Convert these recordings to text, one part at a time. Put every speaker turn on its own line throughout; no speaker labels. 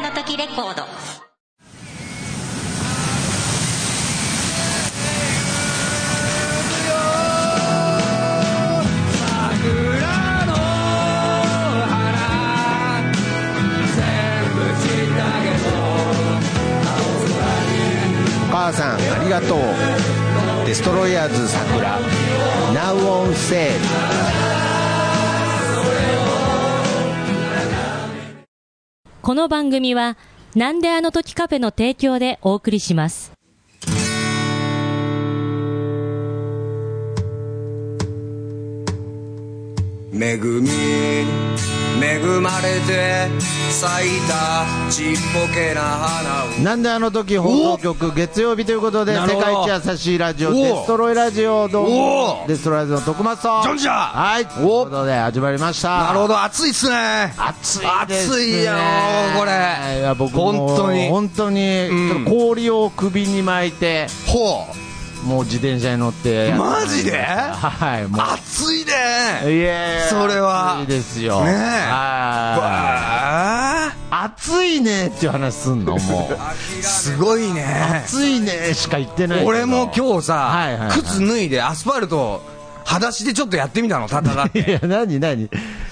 コード
母さんありがとうデストロイヤーズ桜 Now on sale
この番組は、なんであの時カフェの提供でお送りします。
恵み恵まれて咲いたちっぽけな花を
なんであの時放送局月曜日ということで
な
世
るほど
界一優しいラジオ
お
デストロイラジオどうも
お
デストロイラジオの徳松さん
ジョンジャー
はいということで始まりました
なるほど、暑いっすね。
暑いですね
暑いよこれ
いや僕も
本当に
本当に
ん
ちょっと氷を首に巻いて
ほ
もう自転車に乗ってやってまいりました
マジで
はいも
う。
う
暑いね。
いや
それはい
いですよ。
ねえ
は
わあ
い。暑いねっていう話すんのもう。
すごいね。
暑いねしか言ってないけど。
俺も今日
はいはいは
さ
い、
靴脱いでアスファルト、裸足でちょっとやってみたの、戦っ
い
て。
や、なになに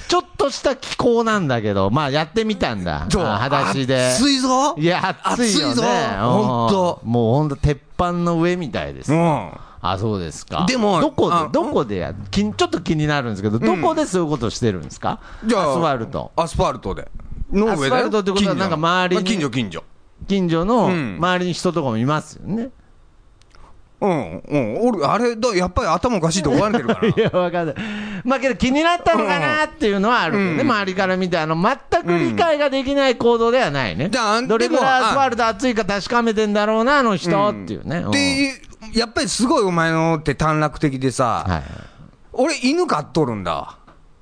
ちょっとした気候なんだけど、まあやってみたんだ。
どう
あ裸足で。
暑いぞ。
いや、暑いよ
暑
ね。
いぞほんと
うんもうほんと、鉄板の上みたいです
う。ん。
あ、そうですか。
でも
どこ
あ
で、どこでや、きんちょっと気になるんですけど、どこでそういうことしてるんですか
じゃあ
アスファルト。
アスファルトで。の上で。
アスファルトってことは
近所
なんか周りに
近所、近所。
近所の
うん
周りに人とかもいますよね。
うん、うん。俺、あれだ、やっぱり頭おかしいって思われてるから
い。や、わかんない。まあけど気になったのかなっていうのはあるけどね、周りから見て、あの、全く理解ができない行動ではないね。
じゃああん
どれぐ
でも
らい
あ
アスファルト熱いか確かめてんだろうな、あの人、っていうね。うん
で、やっぱりすごいお前のって短絡的でさ、
はい。
俺、犬飼っとるんだわ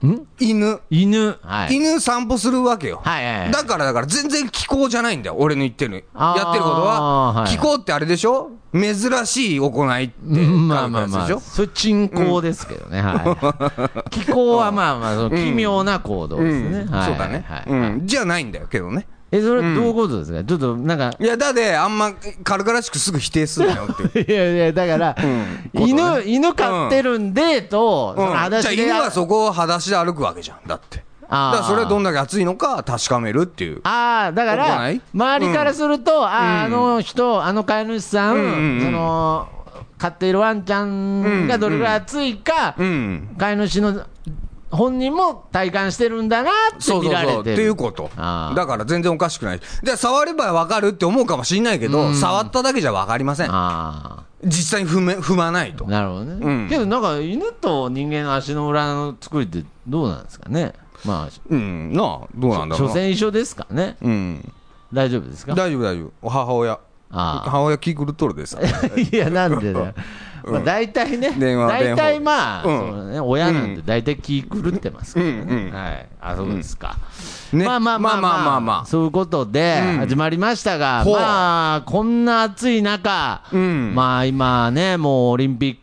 ん
犬。
犬。はい。
犬散歩するわけよ。
はいはいはい
だからだから全然気候じゃないんだよ。俺の言ってる
あ
の。
ー
やってること
は
は。
い
気候ってあれでしょ珍しい行いって考
うんまあまあ
えた
ま
やつでし
あ、
ょ
それ、鎮行ですけどね、はい。気候はまあまあ、その奇妙な行動ですね。
うん
はい
そうだね
はい。
うん。じゃないんだよけどね。
え、それどういうことですかちょっと、なんか、
いや、だで、あんま軽々しくすぐ否定するなよっていう。
いやいや、だから、
うんこと
犬、犬飼ってるんで、と、そ の
うん、
裸
じゃあ
足で
犬
や
はそこを裸足で歩くわけじゃん。だって。だ
あー
からそれはどんだけ暑いのか確かめるっていう。
ああ、だか
行
ら
い、
周りからすると、ああ、あの人、あの飼い主さん、
んうんうん
その、飼っているワンちゃんがどれぐらい暑いか、
うん。
飼い主の本人も体感してるんだなって
そう
見
そう
られてる。
そう。っていうこと。
あー
だから全然おかしくない。で、触ればわかるって思うかもしれないけど、触っただけじゃわかりません。
あ
実際に踏め、踏まないと
あ、。なるほどね。
うん
けど、なんか、犬と人間の足の裏の作りってどうなんですかね。まあ、
うん。なあ、どうなんだろう
所
な。
詮一緒ですかね。
うん。
大丈夫ですか
大丈夫大丈夫。お母親。
あー
母親気狂っとるで さ。
いや、なんでだよ。まあ、大体ね、
電話
大体まあ、
電話
そうね、親なんて大体気狂ってますからね。はい。あ、そうですか。
ね
まあまあまあ
まあまあまあまあ
そういうことで始まりましたが、
ほう
まあ、こんな暑い中、
ん
まあ今ね、もうオリンピッ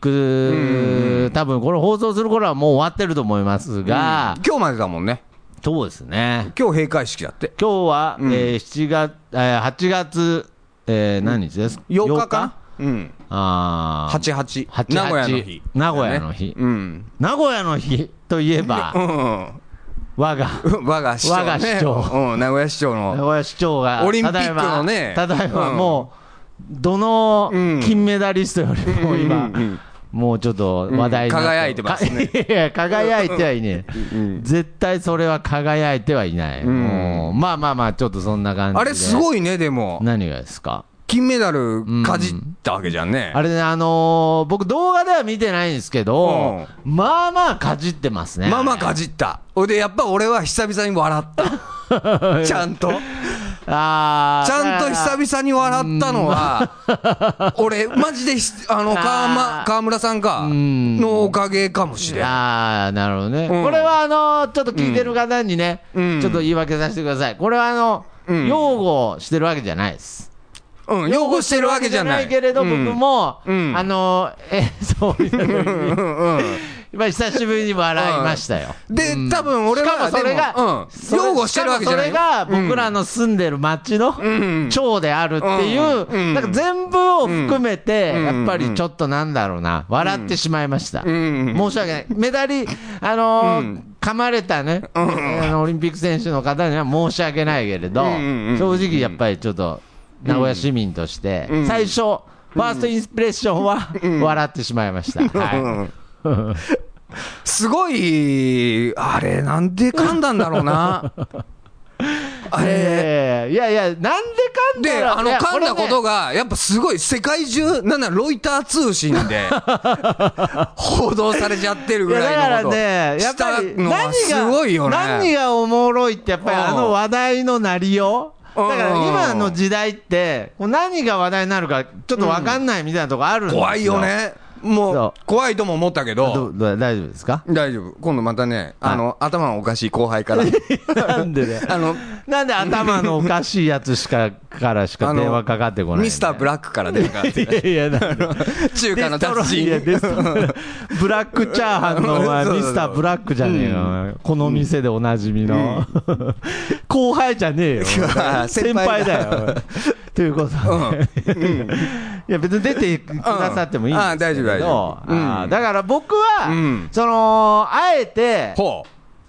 ク、多分これ放送する頃はもう終わってると思いますが、
今日までだもんね。
そうですね。
今日閉会式だって。
今日は、えー7月、えー8月、えー何日です
8日かなうん。
ああ。
88。
88
名古屋の日。
名古屋の日
うん。
名古屋の日といえば、
うん。
我が、
我が市長ね。
我が市長
うん、名古屋市長
名
の。
古屋市長が、
オリンピックのね
ただいま、ただいま
うん
もう、どの
うん
金メダリストよりも今、
うんうん
もうちょっと話題になっ
うん輝いてますね
かいやいや、輝いてはいねえ。絶対それは輝いてはいない。もうまあまあまあ、ちょっとそんな感じで。
あれす
い。
ごいね、でも。
何がですか
金メダルかじったわけじゃんね。
あれね、あのー僕動画では見てないんですけど、まあまあかじってますね。
まあまあかじった。ほいで、やっぱ俺は久々に笑 った。ちゃんと。
あー
ちゃんと久々に笑ったのは、俺、マジでひ、あの、
あー
川,、ま、川村さんか、
ん
のおかげかもしれん。
ああ、なるほどね。
うん
これはあの、ちょっと聞いてる方にね、
うん
ちょっと言い訳させてください。これはあの、
うん
擁護してるわけじゃないです。
うん、擁護してるわけじゃない。
けれど、僕も、
うん
あの、え、そうい う、
うん、うん、
まあ久しぶりに笑いましたよ。
で、多分俺
し
は、
かもそれが、
でも
そ
うん、擁護してるわけじゃないよ。
しかもそれが僕らの住んでる町の町であるっていう、
うんうん
なんか全部を含めて、
ん
やっぱりちょっとなんだろうな、笑ってしまいました。
ん
申し訳ない。メダリ、あのー噛まれたね、あのオリンピック選手の方には申し訳ないけれど、
んうん
正直やっぱりちょっと、名古屋市民として、最初、ファーストインスピレーションは、笑ってしまいました。はい
すごい、あれ、なんで噛んだんだろう な。あれ、
ええいやいや、なんで噛んだ
で、
ら
あの、
いや
噛んだ
れ
こ
ね
とが、やっぱすごい、世界中、なんならロイター通信 で、報道されちゃってる
い
ぐ
やだから
い
ら
のこと。
ね、やっぱり
したの
何
は
が
すごいよね。
何がおもろいって、やっぱり
うん
あの話題のなりよう。だから
うん
今の時代って、こう何が話題になるかちょっと分かんないみたいなとこあるんですよ、
怖いよね。も、
そう
怖いとも思ったけ
ど。
ど、
ど大丈夫ですか
大丈夫。今度またね、あの、頭のおかしい後輩から、
なんでね。
あの、
なんで頭のおかしいやつしか、からし か
あの
電話かかってこないんだよ
ミスターブラックから電話があってね、
いやいや、なんで
中華の達
いや
人。
デストロイ ブラックチャーハンのお 前
そうそうそう
ミスターブラックじゃねえよ、この店でおなじみの、 後輩じゃねえよ
いや 先
先輩
輩
だ
だ
よということで、いや別に出てくださってもいいんです
うんあ大丈夫
けど、
大丈夫うん
あーだから僕は、
うん
そのあえて
ほ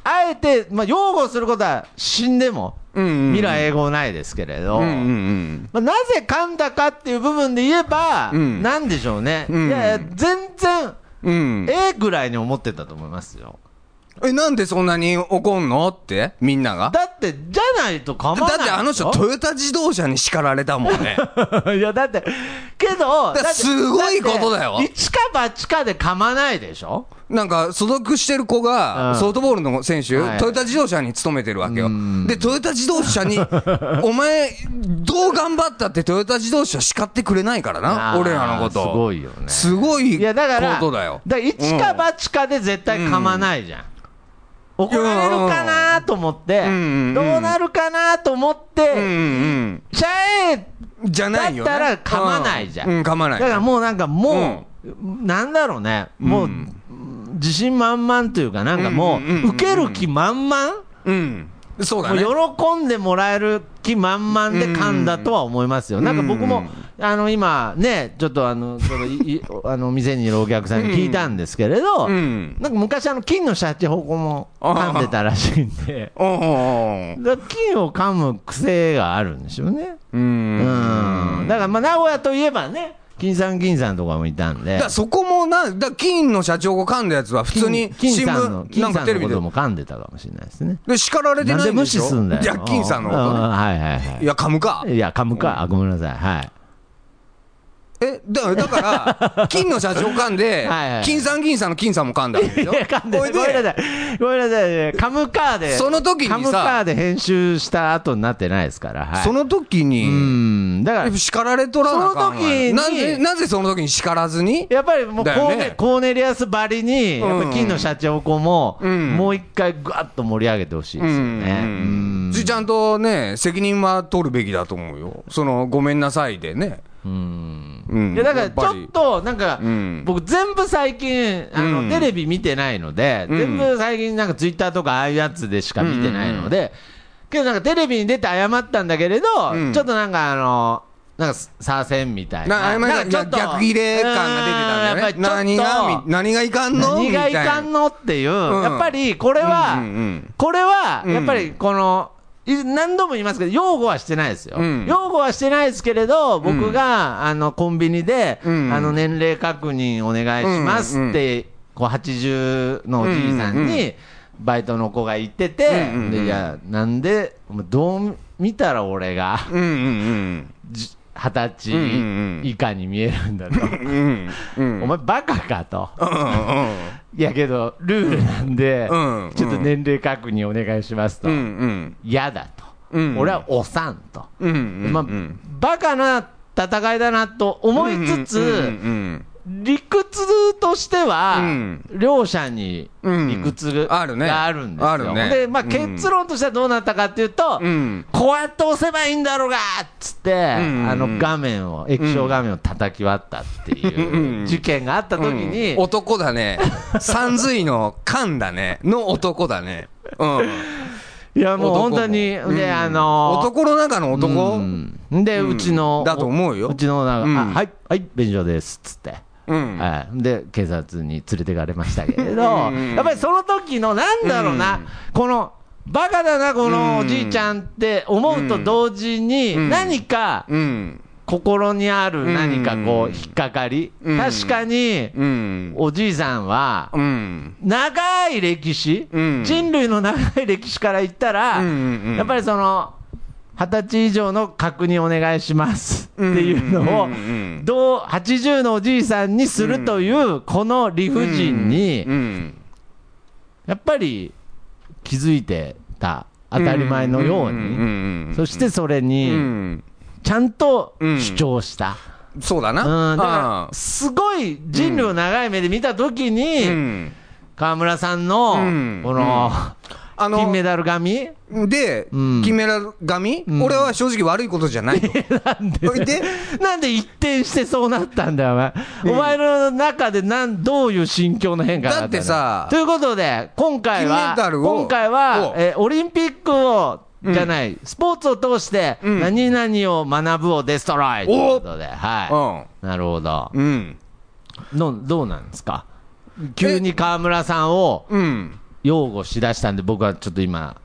あえて、まあ、擁護することは死んでも、
う。うんうん。
未来英語ないですけれど、
うんうんうん。
まあ、なぜ噛んだかっていう部分で言えば、
うん
なんでしょうね、
ん
いやいや全然
うん、え
ええぐらいに思ってたと思いますよ
なんでそんなに怒んのって、みんなが。だ
だってじゃないと構わない
だってあの人、
でし
トヨタ自動車に叱られたもんね。
ょ いやだってけど
だから
だって
すごいことだよ
って一か八かで噛まないでしょ
なんか、所属してる子
う
が、
ん
ソフトボールの選手、
はい
トヨタ自動車に勤めてるわけよ。で、トヨタ自動車に、 お前、どう頑張ったってトヨタ自動車叱ってくれないから
あ
な、
ー
俺らのこと。
すごいよね
すごい
いやだから
ことだよ。
だから一か八かで絶対噛まないじゃん、怒られるかなと思って、
んうん
どうなるかなと思って、
うんうん
シャエ
うん。じゃないよ、ね。
だったら噛まないじゃん
ううん、噛まない。
だからもうなんかもう、なんだろうね、もう、自信満々というか、なんかも
う
う、
んうんうんうん
受ける気満々、
うん。そうだね。
もう喜んでもらえる気満々で噛んだとは思いますよ、なんか僕も、あの今、ね、ちょっとあのそのいい あの店にいるお客さんに聞いたんですけれど、
うん
なんか昔、あの金のシャチホコも噛んでたらしいんで。
おうおうおう
だから金を噛む癖があるんでしょうね。
うん。
うん。だからまあ名古屋といえばね、金さん銀さんとかもいたんで。
だからそこもな、だから金の社長が噛んだやつは普通に
金
新
金さんの
聞、な
金
ん
さ
か
ん
テレ
の
ビ
こ
で
と。も噛んでたかもしれないですね。
で、叱られて
なん
な
で
いんで
無
し
視
ょ
すんだよ。
いや、金さんのこ
うん
とね。
はいはい
い
は
や、噛むか
い。。いや、噛むか。あ、ごめんなさい。はい。
え、だだから、 金の社長噛んで
はいはい、
金さん銀さんの金さんも噛んだわけで
い
し
や
ょ、
噛んで
ほ
ないごめんなさい。ごめんなさい。噛むかで。
その時にさ
噛むかで編集した後になってないですから。はい。
その時
う
に、
ん。だから、
叱られとらなあかんわ
その時に
なぜ、なぜその時に叱らずに
やっぱりもうコ
だよ
ー,、
ね
ネコーネリアスばりに、やっぱり金の社長子も、
ん
もう一回ぐわっと盛り上げてほしいですよね。うん
ちちゃんとね、責任は取るべきだと思うよ。その、ごめんなさいでね。うん
いやだから
やっぱ
ち
り
ょっとなんか、
ん
僕全部最近あの、
うん
テレビ見てないので、
ん
全部最近なんかツイッターとかああいうやつでしか見てないので、けどなんかテレビに出て謝ったんだけれど、
うん
ちょっとなんかあのなんか左遷みたいな
な、あれま
なん
で
かちょっと
逆切れ感が出てたんだよね。何
うーんやっぱりちょっ
が
と、
み何がいかんの
何がい
みた
か
なん
のっていう、
ん
やっぱりこれは、
うんうんうん
これは
ん
やっぱりこの、い何度も言いますけど、擁護はしてないですよ、
うん
擁護はしてないですけれど、僕が、あのコンビニで、
うん
あの年齢確認お願いしますって、こう80のおじいさんに、バイトの子が言ってて、
うんうん
でいや、なんで、お前どう見たら俺が
うんうん
じ20
うんうんうん
歳以下に見えるんだと、
うん。うんうん。
お前、バカかと。
うん
いやけど、ルールなんで、
うん
ちょっと年齢確認お願いしますと
うんう、ん。
嫌、だと、
うん
俺はおさんと、
うんうんうん。
まあ、バカな戦いだなと思いつつ、
うんうんうん
理屈としては、
うん
両者に
うん
理屈が
あるね
あるんですよ。
あるね
で、まあ、
うん
結論としてはどうなったかっていうと、
うん
こうやって押せばいいんだろうがっつって、
ん
あの画面を、液晶画面を叩き割ったっていう事件があった時に、
うん男だね。三髄の勘だね。の男だね。うん。
いやもう
男
本当に、
うん
で、あのー
男の中の男う
う
ん。
んで、うちの、
だと思うよ
うちのなんか、
うん
あはい、はい、便所ですっつって。はい、で警察に連れてかれましたけれど、
うん
やっぱりその時のなんだろうな、
うん
このバカだな、この
う
お
ん
じいちゃんって思うと同時に、
ん
何か
うん。
心にある
ん
何かこう、引っかかり、
うん
確かに
うん。
おじいさんは、
うん。
長い歴史、
うん
人類の長い歴史から言ったら、
うんうんうん
やっぱりその、二十歳以上の確認お願いしますっていうのを
うんうんうんう、ん
どう、80のおじいさんにするという、この理不尽に
う、ん。
やっぱり気づいてた、当たり前の
うん
よう
うんう
に、
ん
そしてそれ
う
に、
ん。
ちゃんと
うん
主張した。
そうだ
うん、
な。
だから、
う
すごい人類を長い目で見たときに、
んうん。
川村さんの、
うん
この、
あの
金メダル髪
で、
うん
金メダル髪、
ん
俺は正直悪いことじゃないと。 で
なんで一転してそうなったんだよ、お前。お前の中でなん、どういう心境の変化があったの
だってさ
ということで、今回は
金メ、ダルを
今回は
お、
えーオリンピックを、じゃない、スポーツを通して、
ん
何々を学ぶをデストロイということで、は
う
い。なるほど。
ん。うん。
の、どうなんですか急に川村さんを
うん。
擁護しだしたんで、僕はちょっと今、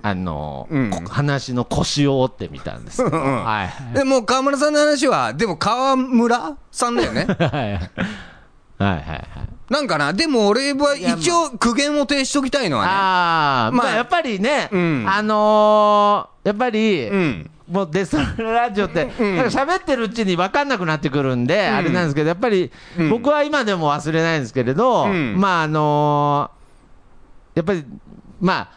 あのー
うん
こ話の腰を折ってみたんですけど、
うんうん
はい。
でもう川村さんの話は、でも川村さんだよね。
はいはいはいはい。
なんかな、でも俺は一応苦言を呈しときたいのは
ああ、ま
ま
あ
あ
やっぱりね、
うん
あのー、やっぱり、
ね。うん。
もうデストロイラジオって、
うん
なんか喋ってるうちに分かんなくなってくるんで、あれなんですけど、やっぱり、
うん
僕は今でも忘れないんですけれど、
うん
まああのー、やっぱり、まあ、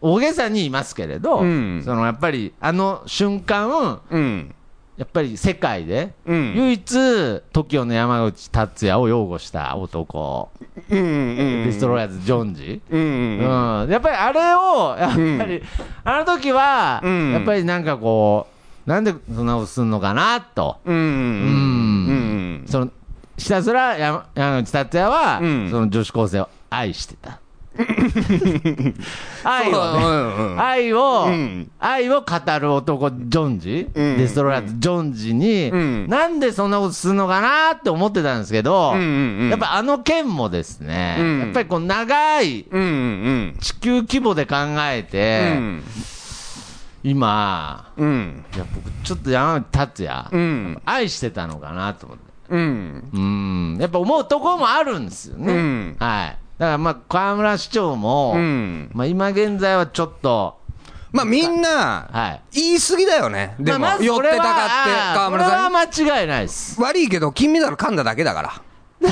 大げさに言いますけれど、
うん
そのやっぱりあの瞬間、
うん。
やっぱり世界で、
うん
唯一 TOKIO の山口達也を擁護した男、
うん。うん。
デストロイヤーズ・ジョンジ、
うん。うん。
うん、やっぱりあれを、やっぱり、
うん
あの時は、
うん
やっぱりなんかこう、なんでそんなことすんのかなと、
うん。うん。
そのひたすら山山口達也は、
うん
その女子高生を愛してた。 愛をね、
うん。
愛を、
うん
愛を語る男、ジョンジ、
うん
デストロイヤーズ、ジョンジに、
うん
なんでそんなことするのかなって思ってたんですけど、
うんうんうん
やっぱあの件もですね、
うん
やっぱりこう長い
うん。うん。
地球規模で考え
う
て、
ん。
今、
うん。
いや僕、ちょっと山口達也、
うん。
愛してたのかなと思って、
うん。
うん、やっぱ思うところもあるんですよね、
うん
はい、だからまあ、河村市長も、
うん。
まあ、今現在はちょっと、
まあみんな、
はい、
言い過ぎだよね。でも、
まあ、まず
寄っ
これ
てた
は
かって、
あー
川村さん
こ。れは間違いない です。
悪いけど、金メダル噛んだだけだから。
いや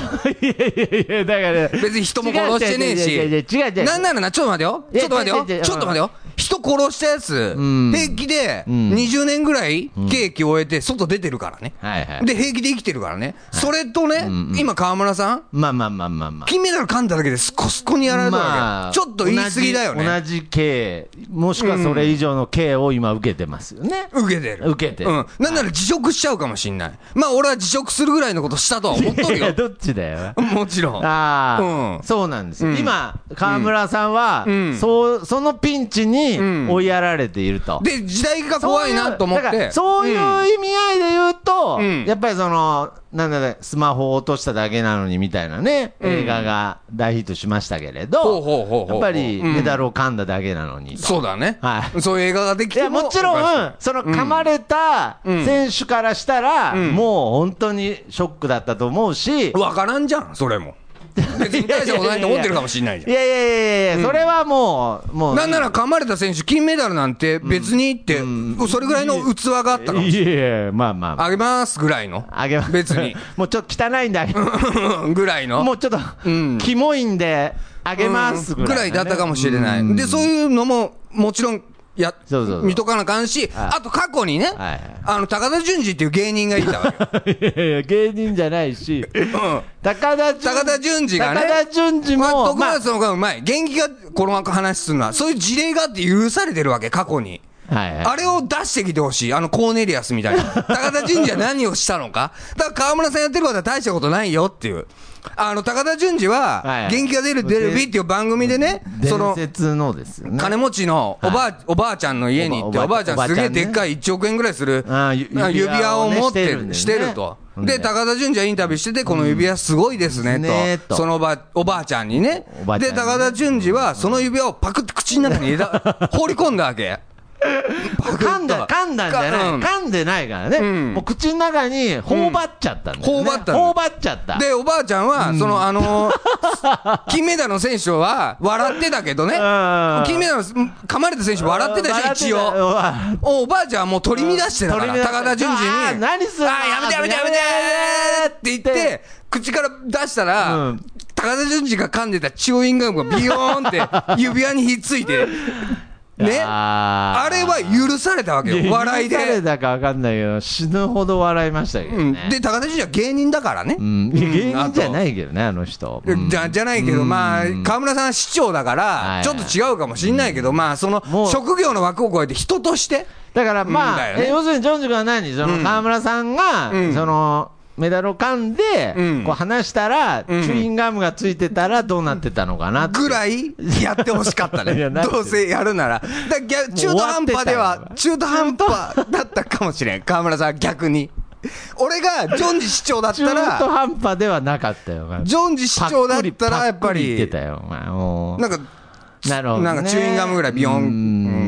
いやいや、だから、
別に人も殺してねえし
違う違う違う違う違う違う
なんならな、ちょっと待てよ。
いや
ちょっと待て
違う違う違う
よ。ちょっと待てよ。人殺したやつ、
ん
平気で
ん
20年ぐらい刑期終えて外出てるからね。
はいはい。
で、平気で生きてるからね。それとね、今川村さん、
まあまあまあまあまあ。
金メダル噛んだだけでスコスコにやられたわけ。ちょっと言い過ぎだよ
同
ね。
じ同じ刑、もしくはそれ以上の刑を今受けてますよね。
受けてる。
受けてる
うん。なんなら辞職しちゃうかもしんない。まあ俺は辞職するぐらいのことしたとは思っとる
いや
よ。
どっちだよ。
もちろん。
ああ、
うん
そうなんですよ、
うん
今、川村さんは、
うん
そうそのピンチに
ん
追いやられていると。
で、時代が怖いなと思っ
だか
て。
らそういう意味合いで言うと、
うん
やっぱりその、なんだね、スマホを落としただけなのにみたいなね、映画が大ヒットしましたけれ
ほう
ど、
ほうほうほう
やっぱり
うん
メダルを噛んだだけなのにと。
そうだね。
はい
そういう映画ができ
い
て
や
も。
もちろ
おかし
ん、その噛まれた選手からしたら、もう本当にショックだったと思うし、
わからんじゃん、それも。別に大したことないと思ってるかもしれない
い
じゃん。
やいやいやいや、それはもう、もう、
なんなら噛まれた選手、金メダルなんて別にって、それぐらいの器があったから
いやいや、まあまあ、
あげますぐらいの。
あげます。
別に。
もうちょっと汚いんであげます。
ぐらいの。
もうちょっと、
うん
キモいんであ
うん
げますぐらい,、
だったかもしれない。で、そういうのも、もちろん、や
そうそうそう
見とかなあかんし、
はい
あと過去にね、
はい
あの高田純次っていう芸人がいたわけよ、
いやいや芸人じゃない し
うん
高田純
高田純次がね
高田純次
まあ、
も、
徳
まあ
松の方がうまい、元気がこの話するのは、そういう事例があって許されてるわけ、過去に。
はいはい
あれを出してきてほしい、あのコーネリアスみ たいな、高田純次は何をしたのか、だから川村さんやってることは大したことないよっていう、あの高田純次
はい
は
は、い
元気が出るテレビっていう番組でね、そ
伝
の
説のですよね
金持ちのおばあおばあちゃんの家に行って、
お
お
ばおば
ば
あ
あ
ち
ち
ゃ
ゃ
ん
ん、すげえ
ね
でっかい1億円ぐらいする
あーゆ
指輪を持ってる、
指輪をね
してると
してるんだよ。ね
で、高田純次はインタビューしてて、この指輪すごいですね
ね
と、
と
そのおばおばあちゃんにね
おば。あちゃ
で、
んにね
高田純次はその指輪をパクって口の中に入れ た放り込んだわけ。パクッと
噛んだ噛んだんじゃない、
うん
噛んでないからね、
うん
もう口の中に頬張っちゃったんだよ、ね
うん頬張ったの
頬張っちゃった
で、おばあちゃんは、その、あ のー金メダルの選手は笑ってたけどね、
ん
金メダルの噛まれた選手笑ってたでしょ、一応。
応
おおばあちゃんはもう取り乱してたか
取
ら、
り乱し
高田純次に、
あー何すんの
あーやめてやめてやめてって言って、口から出したら、
うん
高田純次が噛んでたチューインガムがビヨーンっ て指輪にひっついて、ね、
あー
あれは許されたわけよ、笑い
誰
で。
だかわかんないけど死ぬほど笑いましたけど
うん
ね、
で、高田純次は芸人だからね。
うん芸人じゃないけどねあの人、うん
じゃじゃないけど、まあ、河村さんは市長だから
は、い
ちょっと違うかもしんないけど、まあ、その
もう
職業の枠を超えて、人として、
だからま
うんだ
あ、
よね
え要するにジョンジ君は何その、川村さんが、
うん
そのメダルを噛んで、
うん
こう離したら、
ん
チューインガムがついてたらどうなってたのかなって
ぐらいやってほしかったね
いやな、んて
どうせやるなら、だから逆中途半端では、
もう
中途半端だったかもしれん、河村さん、逆に。俺がジョンジ市長だっ
中
た
途
ら、
半端ではなかったよ
ジョンジ市長だったら、やっぱ
言って
り、
たよお前もう
なんか、
なるほどね、
なんかチューインガムぐらいビヨン、う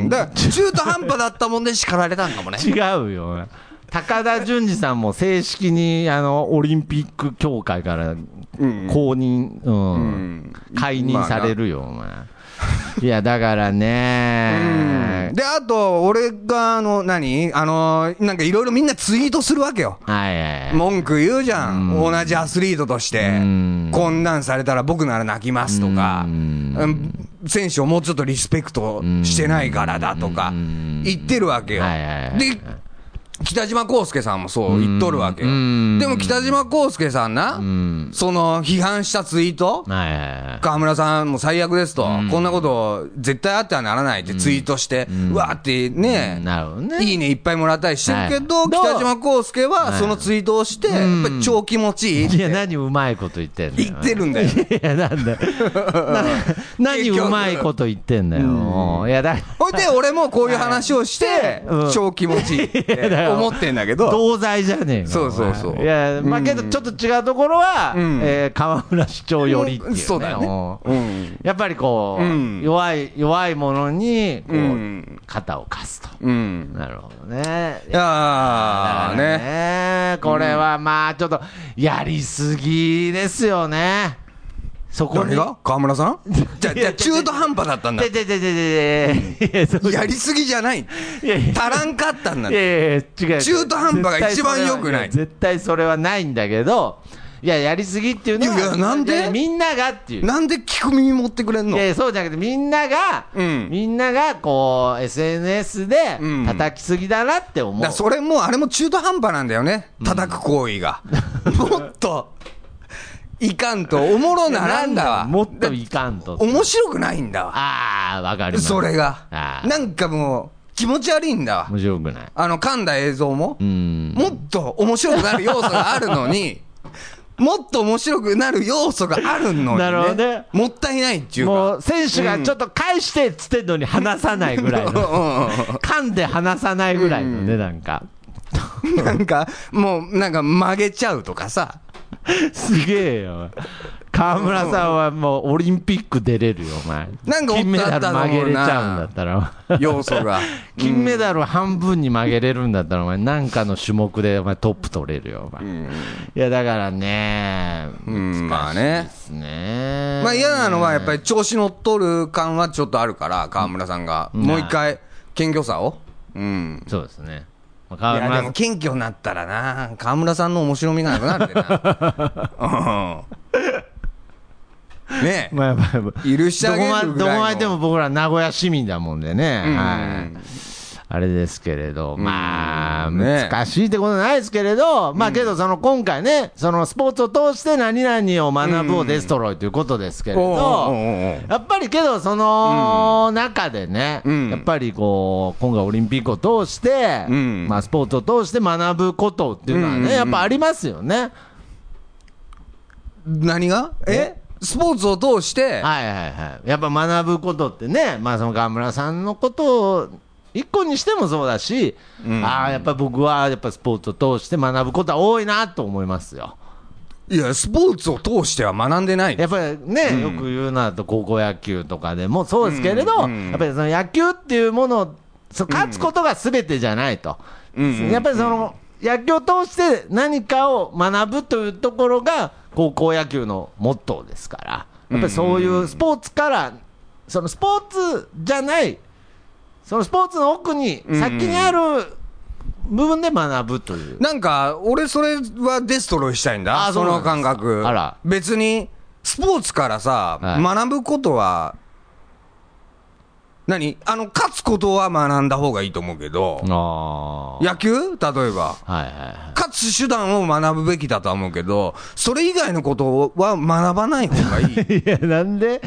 んだ
だ
から中途半端だったもんで叱られたんかもね。
違うよ高田純次さんも正式にあのオリンピック協会から公認、うん解任されるよ、お前。いや、だからね、
で、あと、俺が、あの、何あの、なんかいろいろみんなツイートするわけよ。
はいはいはい
文句言うじゃん、同じアスリートとして、
ん
こんなんされたら僕なら泣きますとか、うん選手をもうちょっとリスペクトしてないからだとか、言ってるわけよ。
はいはいはい
で北島康介さんもそう言っとるわけよ。で
ん
も北島康介さんな、その批判したツイート、
はいはいはい
川村さん、もう最悪ですと、こんなこと絶対あってはならないってツイートして、うわーってね、
なるほどね。
いいねいっぱいもらったりしてるけど、
はい
北島康介はそのツイートをして、やっぱり超気持ちいいって
いや、何うまいこと言ってんだよ。
言ってるんだよ。
いや、なんだよ。 な何
結局
うまいこと言ってんだよ。いや、だ
ほいで、俺もこういう話をして
う、ん
超気持ちいいって思ってんだけど、
同罪じゃねえの
そうそうそう
お前いや、まあ、けど、ちょっと違うところは、
ん
えー河村市長寄りっていう、ね。
そうだよね
お
う
うんやっぱりこう、
うん
弱い、弱いものに、こう、
うん
肩を貸すと。
うん。
なるほど
い
ね。
やー
だから
ね。
ねこれはまあ、ちょっと、やりすぎですよね。そこ
誰
に。
が川村さんじゃ、じゃ、中途半端だったんだ
で。でででででいやそう
やりすぎじゃない。
いやいや
足らんかったんだ
い。やいや違う
中途半端が一番良くない
絶対それはないんだけどいややりすぎっていうのはい
やいやなんで
いやみんながっていう
なんで聞く耳持ってくれんの
いやそうじゃなくてみんなが、
うん
みんながこう SNS で
うん
叩きすぎだなって思う、
だからそれも、あれも中途半端なんだよね、叩く行為 が。もっと、いかんと、おもろならんだわ。
もっといかんと
面白くないんだわ。
ああわかります
それが。
あー
なんかもう、気持ち悪いんだわ。
面白くない
あの、噛んだ映像も、
ん
もっと面白くなる要素があるの に、もっと面白くなる要素があるのに、ね。
なるほどね
もったいないっていうか。
もう選手がちょっと返してっつってんのに離さないぐらいの噛んで離さないぐらいのねなんか
なんか、もう、なんか曲げちゃうとかさ。
すげえよ。川村さんはもうオリンピック出れるよ、お前。
なんかおっ
金メ
た
ダ
った
ル
のもな
曲げれちゃうんだったら。
要素 が。
金メダル半分に曲げれるんだったら、お前、なんかの種目でお前トップ取れるよ、お前。いや、だからね、
うんまあ
難しい
ね
ですね。
まあ嫌なのはやっぱり調子乗っとる感はちょっとあるから、川村さんが。もう一回、謙虚さを。うん。
そうですね。まあ
い
川
や、で
村さ
も
ん、
謙虚になったらな、川村さんの面白みがなくなるでな。ねえ
まあまあ まあ
許してあげるぐらい
ど
の
こまどこまでも僕ら名古屋市民だもんでね、
うん
はい、あれですけれど、まあ、
ね
難しいってことないですけれど、まあけど、その今回ね、そのスポーツを通して何々を学ぶをデストロイということですけれ
おうおう
ど、
おうおう
やっぱりけど、その中でね、
うん
やっぱりこう、今回オリンピックを通して、
うん
まあスポーツを通して学ぶことっていうのは
うんうんう
ね、
ん
やっぱありますよね。
何がえスポーツを通して、
はいはいはい。やっぱ学ぶことってね、まあその河村さんのことを一個にしてもそうだし、ああ、やっぱ僕はやっぱスポーツを通して学ぶことは多いなと思いますよ。
いや、スポーツを通しては学んでない。
やっぱりね、よく言うなと高校野球とかでもそうですけれど、
うんうん
やっぱりその野球っていうものを、そう勝つことが全てじゃないと。
うん
やっぱりその、野球を通して何かを学ぶというところが高校野球のモットーですから、やっぱりそういうスポーツから、そのスポーツじゃない、そのスポーツの奥に、先にある部分で学ぶという。
なんか、俺それはデストロイしたいんだ。
あ
そ
そうな
の
んです
感
か
覚。
あら
別に、スポーツからさ、
はい
学ぶことは、何あの、勝つことは学んだ方がいいと思うけど、
あー
野球例えば。
はいはいはい。
勝つ手段を学ぶべきだとは思うけど、それ以外のことは学ばない方が いい。
いや、なんで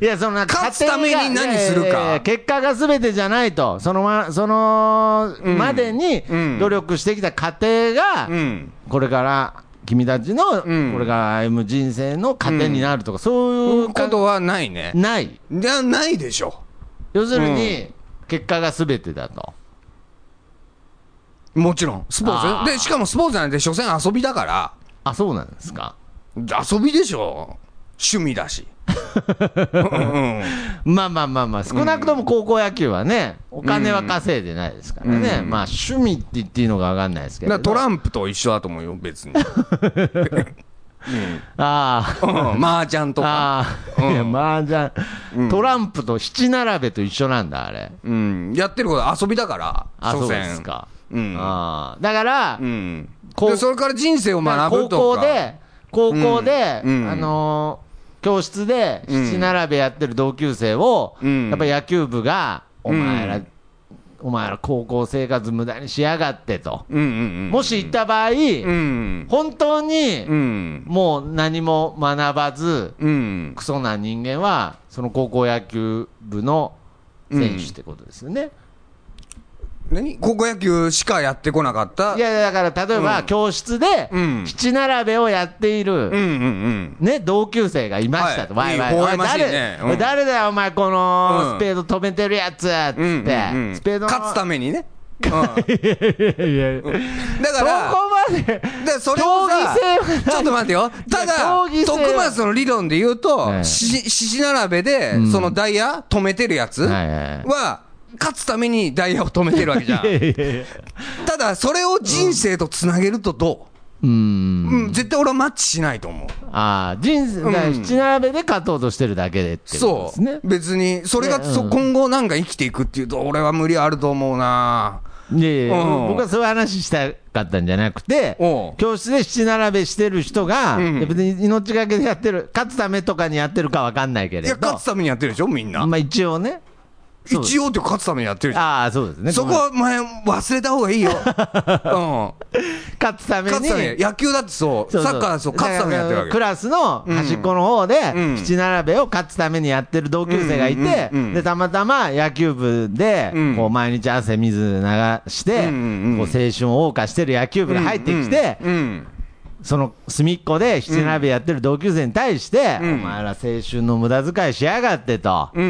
いや、その、
勝つために何
家庭が
するか
いやいやいや結果が全てじゃないと。そのま、その、までに
うん
努力してきた過程が、
うん。
これから、君たちの、こ
ん
れから歩む人生の糧になるとか、そういう
こ
こと
とはないね。
ない。
じゃないでしょ。
要するに、結果が全てだと。
もちろん。スポ
あ
ー
ー
ツで、しかもスポーツなんて、所詮遊びだから。
あ、そうなんですか。
遊びでしょ趣味だしうん
まあまあまあまあ、少なくとも高校野球はね、お金は稼いでないですからね。まあ、趣味って言っていいのか分かんないですけ
だか
ど。
らトラ
ン
ンプと一緒だと思うよ別に
ああ。
マージャンとか
ああ、いや、麻雀、トランプと七並べと一緒なんだ、あれ。
うんやってることは遊びだから
あ、
所
そう
詮
ですか。
うん
ああだから、
うん
こう
でそれから人生を学ぶ
高
とか
校で、高校で、
うんうん
あのー教室で七並べやってる同級生を、
うん
やっぱ野球部が、お前ら、
う
お前ら高校生活無駄にしやがってと。
うんうん
もし行った場合、
うんうん
本当に、
うん
もう何も学ばず、
うん
クソな人間は、その高校野球部の選手ってことですよね。
何高校野球しかやってこなかった
いやいや、だから例えば、教室で
うん
七並べをやってい
う
る、
んうん
ね、同級生がいましたと、
は
わ
い
いわい、
いい微
お
笑
い
ましい
誰
ね
おい
うん
誰だよ、お前、こ
うん
のスペード止めてるやつっつって、
うんうんうん
スペードの
勝つために ねうん
いやいや
だか
そこ
ら
まで、
でそれをさ
競技性はない
ちょっと待ってよ、ただ
競技、性は
徳松の理論で言うと、
ええ
ししし並べで、そのダイヤ止めてるやつ
はいはい
は、勝つためにダイヤを止めてるわけじゃん。ただ、それを人生とつなげるとど
う
う、
ん、
うん絶対俺はマッチしないと思う。
ああ、人生、だから七並べで勝とうとしてるだけでってこ
そ
とですね
う、。別に、それが
ね
そ
うん
今後なんか生きていくっていうと、俺は無理あると思うな。
で、
うん
僕はそういう話したかったんじゃなくて
おう、
教室で七並べしてる人が、
うん
いや別に命がけでやってる、勝つためとかにやってるかわかんないけ
い
れ
や、
ど、
勝つためにやってるでしょ、みんな。
まあ一応ね、そうです
一応って勝つためにやってるじゃん。
ああ、そうですね、
そこは、前、忘れた方がいい よ。うん。
勝つために、
勝つため野球だってそう
そうそう
サッカーだってそう勝つためにやってるわけ
クラスの端っこの方で、
うん
七並べを勝つためにやってる同級生がいて、
うんうんうん
でたまたま野球部で、
うん
こう毎日汗水流し
う
て、
んうんうん
こう青春を謳歌してる野球部が入ってきて、
うんうん
その隅っこで七並べやってる同級生に対して、
うん
お前ら青春の無駄遣いしやがってと、
うんう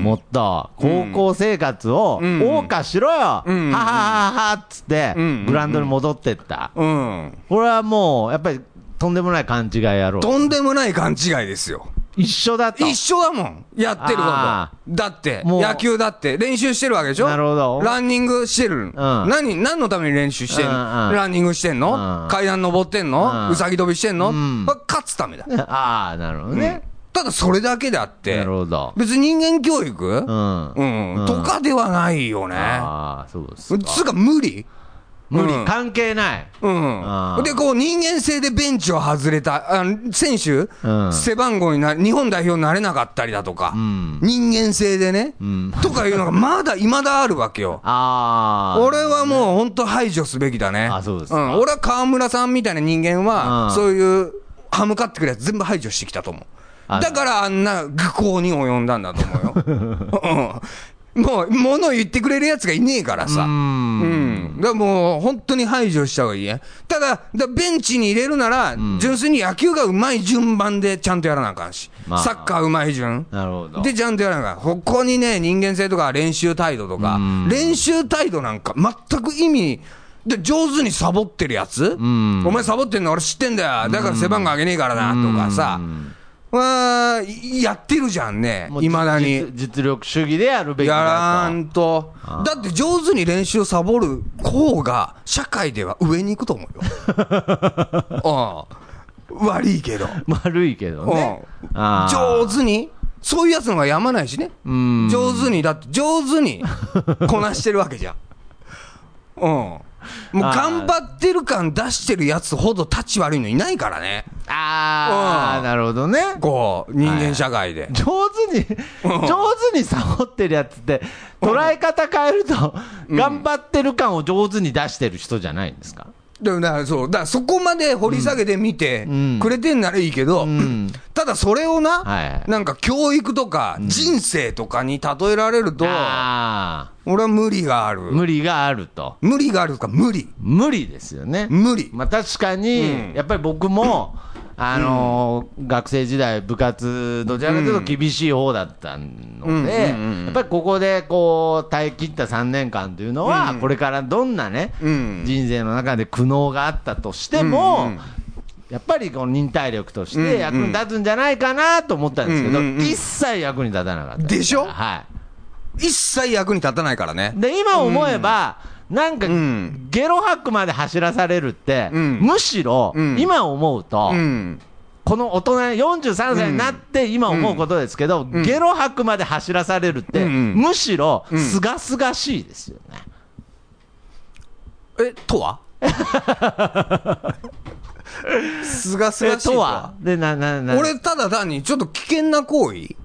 ん
もっと高校生活を
うん
謳歌しろよ、はは
うんうん
はははっつって、
うん
グラウンドに戻ってった、
うんうん
これはもう、やっぱりとんでもない勘違いやろう、
とんでもない勘違いですよ
一緒だと、
一緒だもんやってること
あ
だって
もう
野球だって練習してるわけでしょ
なるほど
ランニングしてる何何のために練習してんの
うんうん
ランニングしてんの
うん
階段登ってん
うん
のうさぎ跳びしてんの
うん
まあ勝つためだ
ああ、なるほどね、
ただそれだけであって
なるほど、
別に人間教育
うん、
うんとかではないよね
ああ、そうですか
つうか無理
無理、
うん
関係ない。
う
うん
ん、で、こう人間性でベンチを外れた、あ選手、
うん
背番号にな日本代表になれなかったりだとか、
ん
人間性でね、
ん
とかいうのがまだ、いまだあるわけよ。
ああ。
俺はもう本当排除すべきだね。
あそうですか
ん。俺は河村さんみたいな人間
う
は
ん、
そういう、歯向かってくるやつ全部排除してきたと思う。
あ
だからあんな愚行に及んだんだと思うよ。 うん。もう、物言ってくれるやつがいねえからさ。
うん
うん。だからもう、本当に排除した方がいいね。ただ、だベンチに入れるなら、純粋に野球がうまい順番でちゃんとやらなあかんし。
まあ
サッカーうまい順。
なるほど。
で、ちゃんとやらないから、ここにね、人間性とか練習態度とか、練習態度なんか全く意味、で、上手にサボってるやつ、
ん
お前サボってんの俺知ってんだよ。だから背番号上げねえからな、とかさ、まあ、やってるじゃんね
も、う
いまだに
実。実力主義でやるべき
や
だ
ら
と。
んと。だって上手に練習をサボる方が、社会では上に行くと思うよ。うん。悪いけど。
悪いけどね。
うん
あー
上手に、そういうやつの方がやまないしね、
うん
上手に、だって上手にこなしてるわけじ ゃん。うん、もう
あー
頑張ってる感出してるやつほど立ち悪いのいないからね、
あ
う
ー、
ん
なるほどね。
こう、人間社会で。
上手に、上手にサボってるやつって、捉え方変えると、頑張ってる感を上手に出してる人じゃないんですか
でもだからそうだからそこまで掘り下げて見て
ん
くれてんならいいけど、
ん
ただそれをな、
はい
なんか教育とか人生とかに例えられると、
あ
俺は無理があ
ー
る。
無理があると。
無理があるとか、無理。
無理ですよね。
無理。
まあ確かに、
うん
やっぱり 僕も、あのー学生時代、部活、どちらかというと厳しい方だったので、
うんうんうんうん
やっぱりここでこう耐え切った3年間というのは、これからどんなね、
うん
人生の中で苦悩があったとしても、
うんうん
やっぱりこの忍耐力として役に立つんじゃないかなと思ったんですけど、
うんうんうん
一切役に立たなかったす
でしょ
はい
一切役に立たないからね。
で今思えば、なんか、
ん
ゲロ吐くまで走らされるって、
うん
むしろ、
うん
今思うと、
うん。
この大人43歳になって今思うことですけど、ゲロ吐くまで走らされるって、
うんうん
むしろ
ん
すがすがしいですよね、
え、とはすがす
え
がしい
とはでななな
俺、ただ単にちょっと危険な行為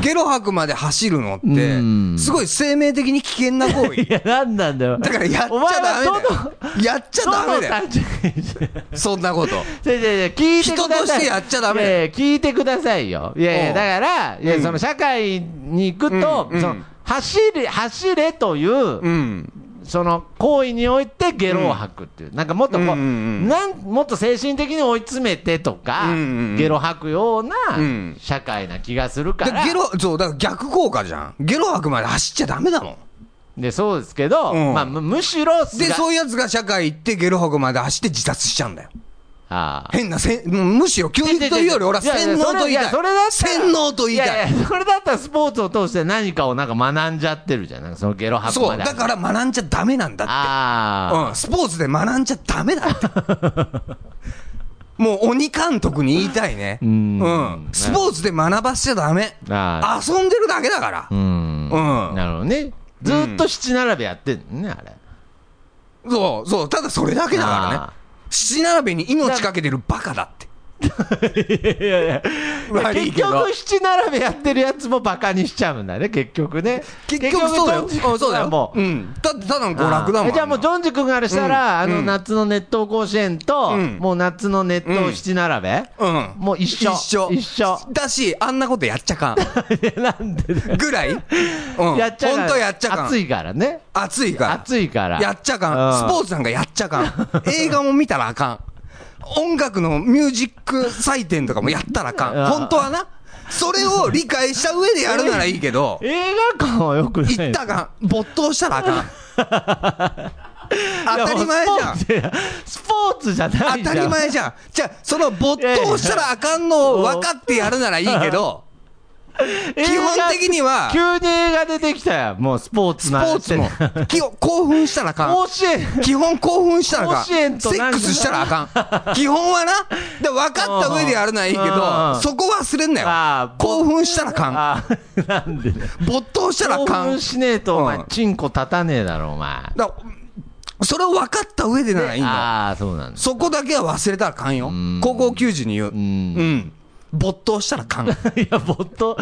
ゲロ吐くまで走るのって
うん、
すごい生命的に危険な行 為
い。やなんなんだよ
だからやっち
お前
ゃダメだ
はどの
よ。やっちゃダメだよ。
どの単純に
そんなこと。
違う違う違う聞いてください
人としてやっちゃダメだよ
いやいや聞いてくださいよいやい
お
や
う
だからいやその社会に行くと、
うんうん
その走れ走れという、
うん。
その行為においてゲロを吐くっていう、なんかもっとこう、
うんうんうん
なんもっと精神的に追い詰めてとか、
うんうんうん
ゲロ吐くような
うん
社会な気がするか
で
ら、
ゲロ、そう、だから逆効果じゃん。ゲロ吐くまで走っちゃダメだもん。
でそうですけど、
うん
まあ、むむしろす
で、
が
そういうやつが社会行ってゲロ吐くまで走って自殺しちゃうんだよ。
ああ
変なせん、もうむしろ教育というより俺は洗脳と言いたい。
ややそれだったら
洗脳と言いたい。
ややそれだったらスポーツを通して何かをなんか学んじゃってるじゃんなんかそのゲロ吐く
そ
ま
う、
で
だから学んじゃダメなんだっ
あ
て。
あ、
うん、スポーツで学んじゃダメだって。もう鬼監督に言いたいね。うんん。スポーツで学ばしちゃダメ。
あ
遊んでるだけだから
う。ん、
うん
なるほどねずーっと七並べやってんのねあれ
そう、そう、ただそれだけだから
あ
ね。七並べに命かけてるバカだって。
いやいや
悪い
結
けど
局七並べやってるやつもバカにしちゃうんだね結局ね
結局そうだよ。
結局
うんそうだよ。
もう
うん。だってただの娯楽だも
あ
ん。
ーじゃあもうジョンジ君からしたら、
うん
あ
う
の
ん
夏の熱湯甲子園と、
うん
もう夏の熱湯七並べ、
うん。
もう一緒
一緒。
一緒
だし、あんなことやっちゃかん。ぐらいうん。
やっちゃう
本当やっちゃかん。
暑いからね
暑いから。
暑いから
やっちゃか
うん
ん。スポーツなんかやっちゃか ん。映画も見たらあかん。音楽のミュージック採点とかもやったらあか
うん
ん。本当はな。それを理解した上でやるならいいけど、
映画館はよく ない
行ったらあかん。没頭したらあかん。当たり前じゃん。
んスポーツじゃな
当
いじゃ
た
ん
り前じゃん。じゃあ、その没頭したらあかんのを分かってやるならいいけど、
映
基
画
本的には、
急に映画出てきたよもうスポーツ
ス
の
ポ
話
ーツも、基本興奮したらあかん。
甲子園
基本興奮したらあ
甲子
か
園
ん。
と
セ
な
ッ
んか
クスしたらあかん。基本はな、で分かった上でやるならいいけど
うん、
そこ忘れんな
あ
よ
ー。
興奮したらあか
あ ーなんでね
ん。没頭したらあ
興
かん。
奮しねえとお前
うん
チンコ立たねえだろお前
だそれを分かった上でならいいんだ。
ああ、そうなんです。
そこだけは忘れたらあかんよ
ん。
高校球児に言う。う
うん。
ん。没頭したらあか ん。だか
いや、没頭、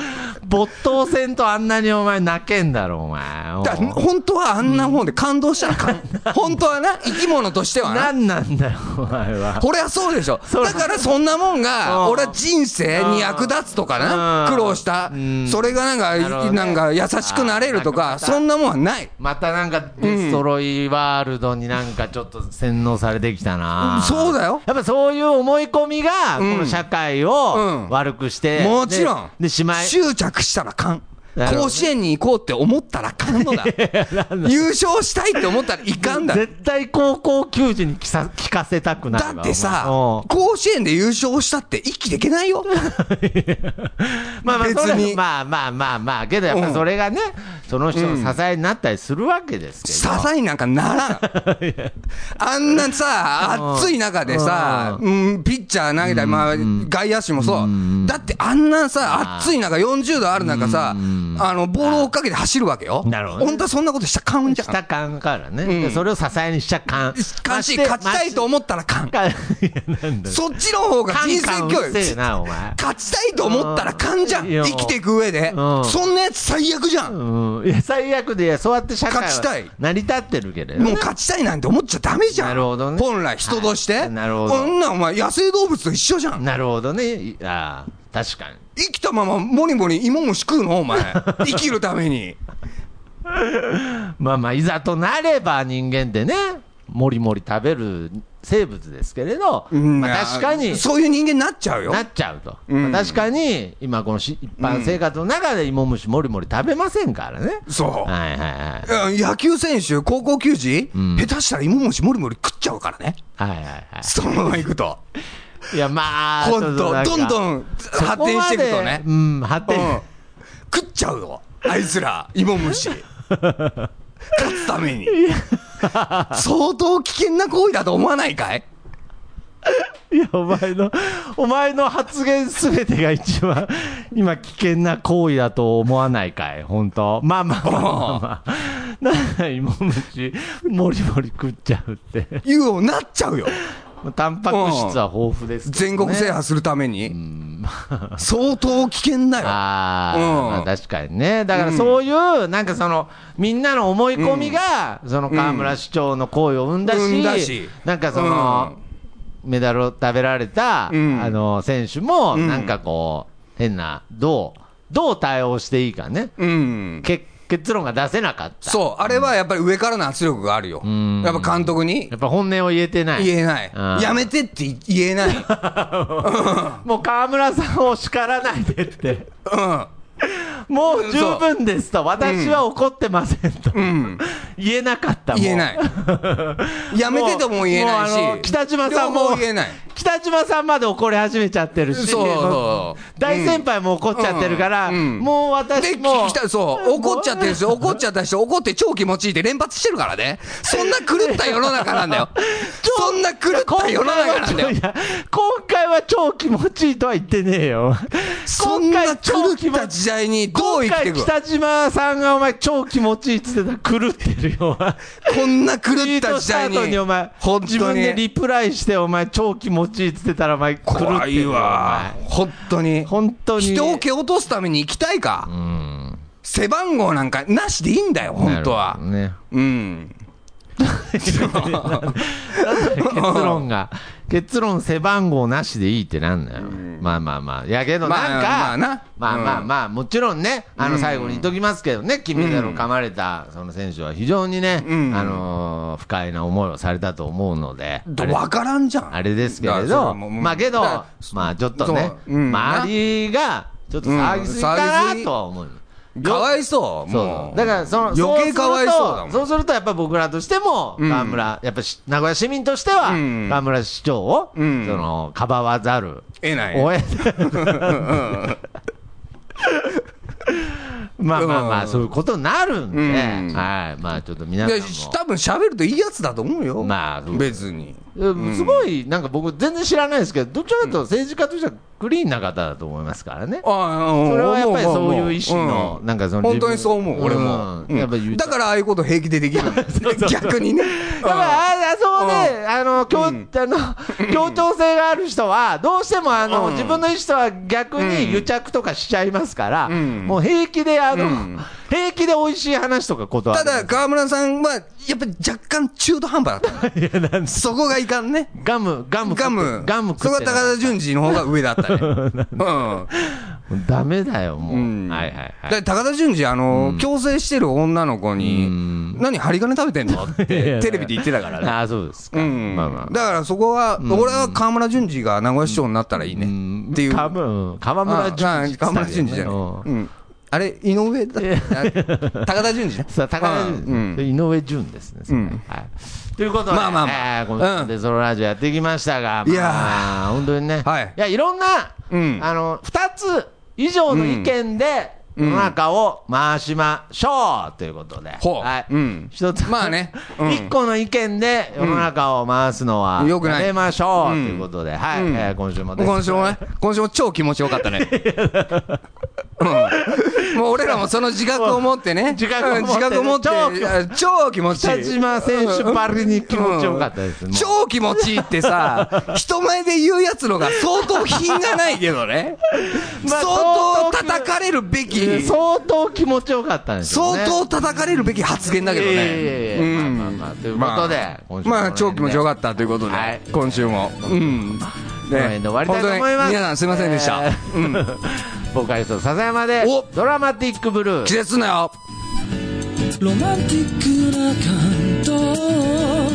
没頭せんとあんなにお前泣けんだろ、お前。
ら本当はあんなもんで感動したらあ かん。本当はな、生き物としてはな
な。んなんだよ、お前は。
これはそうでしょ。
そう
だからそんなもん
う
が、
ん
俺は人生に役立つとかな。
うん
苦労した
ん。
それがなん
なるほど
か、
ね
なんか優しくなれると
あーなん
か、
か
そんなもんはない。
またなんかデストロイワールドになんかちょっと洗脳されてきたな、
うんそうだよ
やっぱそういう思い込みがこ
ん
の社会
う
を
ん
悪くして、
もちろん
ででしまい
執着したらあかん
なるほどね
甲子園に行こうって思ったらあかん のだ優勝したいって思ったらいかんだだ
絶対高校球児に聞さ聞かせたくなるわ
ってさ
お
甲子園で優勝したって一気でいけないよ
前うんまあまあ
別に
それまあまあまあまあけどやっぱりそれがね、その人の支えになったりするわけですけ
支
ど、
えになんかならん あんな
うん
さ暑い中でさ、うん、ピッチャー投げたり、まあ、外野手もそう、だってあんなさ暑い中40度ある中さ、あのボールを追っかけて走るわけよ
なるほどね
本当はそんなことしたらあかんじゃん
下感からね、
ん
でそれを支えにしちゃ感
かし勝ちたいと思ったらあかん
かいやなんだよ
そっちの方が
カン
人
カン
生教
うるせえ
育。
なお前
勝ちたいと思ったら勘じゃん。
うん
生きていく上で。
うん
そんなやつ最悪じゃん。も
うん、いや最悪でいやそうやって社会
勝ちた
はい成り立ってるけれど
う勝ちたいなんて思っちゃダメじゃん。
なるほどね
本来人として。
はいなるほど
こんなんお前野生動物と一緒じゃん。
なるほどねいああ確かに
生きたままもりもり芋も食うのお 前。生きるために。
まあまあいざとなれば人間ってねもりもり食べる生物ですけれど、
うん
まあ、確かに
そういう人間になっちゃうよ。
なっちゃうと、
うん
まあ確かに今このし一般生活の中で芋虫もりもり食べませんからね、
そう。
はいはいはい
うん野球選手、高校球児、
ん
下手したら芋虫もりもり食っちゃうからね。
はいはいは
そのままいくと。
いいやまあ
ほん
ちょっ
と、
なん
ど
か
んどん発展していく
そ
と
こま
ね
で。うん発展、
うん、食っちゃうよあいつら芋 虫勝つために相当危険な行為だと思わないかい
いや、お前の、お前の発言すべてが一番、今、危険な行為だと思わないかい、本当まあまあまあまあ、まあ、なんだ、芋虫、もりもり食っちゃうって。
言うようになっちゃうよ
タンパク質は豊富です、
全国制
覇。
覇するために、相当危険だよ
あー、
うん
まあ、確かにね。だからそういう、なんかその、みんなの思い込みが、その河村市長の行為を生んだし、
生んだし
なんかその、メダルを食べられた、
うん
あの選手も、
ん
なんかこう、変な、どう、どう対応していいかね、
うん、うん
け結論が出せなかった、
そうあれはやっぱり上からの圧力があるよ、
ん
やっぱ監督に
やっぱ本音を言えてない、
言えない、
うん
やめてって言えない、うん、
もう河村さんを叱らないでって、もう十分ですと、私は怒ってませんと、
ん
言えなかった、もう
言えないやめてとも言えない
もうもうあ
し
の北島さん
両
も
方言えない
北島さんまで怒り始めちゃってるし、
そう
もう大先輩も怒っちゃってるから、
うんうん
もう私
で、
も
聞きたそう、怒っちゃってるし、怒っちゃった人、怒って超気持ちいいって連発してるからね。そんな狂った世の中なんだよ。そんな狂った世の中なんだよ
い。や今回は超気持ちいいとは言ってねえよ。
そんな狂った時
い。
代にどう
今
生きてい
回
く
北島さんがお前超気持ちいいっつってたら狂ってるよ。お前
こんな狂
ツイ
っ
ート
た
し
時
た
代
後に
に
お前、
本
自
当
分で
に
リプライしてお前超気持ちいいっつってたらお前狂ってるよ。
怖いわ
お前。
本当に。
本当に。
人を蹴落とすために生きたいか。背番号なんかなしでいいんだよ、本当は
なる。ほどね。
うん。
結論が、 結論背番号なしでいいってなんだよ。まあまあまあ。やけどなん
ま
か
あ、まあな
まあまあまあ、もちろんね、あの最後に言っときますけどね、金メダルを噛まれたその選手は非常にね、
ん
あのー不快な思いをされたと思うので、 あれ
わからんじゃん。
あれですけ
だ
れ
からそ
ど、
はもうもう
まあけど
だから、
まあちょっとね、
そううん
周りがちょっと騒ぎすぎた
うん騒ぎす
な
ぎ
とは思う。
かわいそう、
そう
も。
そううだからその
余計かわいそうだもん。
そうするとそうするとやっぱ僕らとしても
うん
河村、やっぱし名古屋市民としては
うん
河村市長を、
うん
そのかばわざる
えない。
応援まあまあまあ
うん
そういうことになるんで、
うん
はいまあちょっと皆
い
さん
や、
も
し多分喋るといいやつだと思うよ。
まあそう
別に。
うんすごいなんか僕全然知らないですけどどっちかというと政治家としてはクリーンな方だと思いますからね。
ああ、
それはやっぱり
思
そう
思
いう意思の
うん
なんかその
本当にそう思う、
自
俺
分
も。
うんやっぱ言っちゃう
だからああいうこと平気でできるんだよね逆にね。
ああそうね、あの協、 あの協調性がある人は、どうしてもあの、自分の意思とは逆に癒着とかしちゃいますから、もう平気であの、平気で美味しい話とか断
た
る。
だ、川村さんは、やっぱり若干中途半端だった。
いやなんす
そこがいかんね。
ガムガム食って
ガム。
ガム
そ
食
こ
っ
は
て
高田純次の方が上だった ね。うん。
もうダメだよもう、
うん
はいはいはい。
で高田純次、あの、強制してる女の子に、何、針金食べてんのって、
いや
テレビで言ってたからね。
ああそうですか。
うん。
まあまあ。
だからそこは、俺は川村純次が名古屋市長になったらいい
うん
ね。っていう。
川村うん川村
あ
淳二
あ川村淳二じゃない。
うん
うん。あれ、井上だあ高田純 次ね
さあ高田純
うん
井上淳ですね、それ
うん
はい。ということで、
まあまあまあ
えーこの
うん
デゾロラジオやってきましたが、
いやー
まあ本当にね、
はい
や、いろんな、
うん
あの、二つ以上の意見で、世の中を回しましょうということで、
ほう
はい
うん
一つ、
まあねうん
一個の意見で世の中を回すのは、
うんよくない
やめましょうと
うん
いうことで、はい、
うん
えー今週もです
今週もね、今週も超気持ちよかったね。うんもう俺らもその自覚を持ってね、
自覚を持って
自覚を持って
超気
超気持ちい
北
い。
島選手ばりに気持ちよかったです。もう
超気持ちいいってさ、人前で言うやつのが相当品がないけどね。
まあ
相当叩かれるべき、
えー相当気持ちよかったんですよね。
相当叩かれるべき発言だけど
いやいやいや
ね。
いや
うん
まあまあまあということで
まあ
今週もこの辺で
まあ、超気持ちよかったということで
はい、
今週も。うん。
この辺で終わりたいと思いま
本
す。
当に皆さんすいませんでした。
えー ボーカリスト笹山で
お
ドラマティックブルー
気。絶すんなよ
ロマンティックな感動を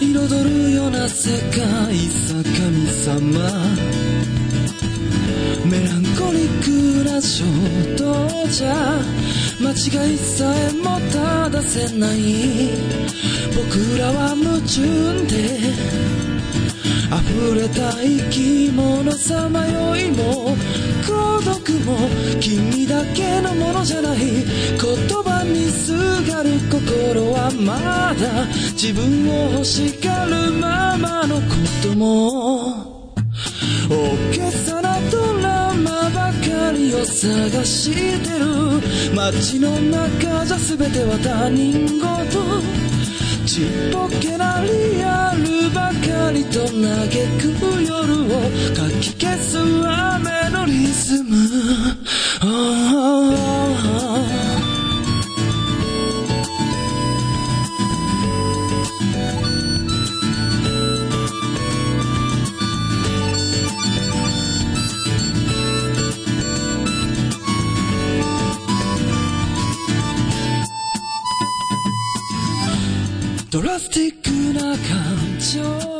彩るような世界さ神様メランコリックな衝動じゃ間違いさえも正せない僕らは矛盾で溢れた生き物さまよいも孤独も君だけのものじゃない言葉にすがる心はまだ自分を欲しがるままのことも大げさなドラマばかりを探してる街の中じゃ全ては他人事ちっぽけなリアルばかりと嘆く夜をかき消す雨のリズムああドラスティックな感情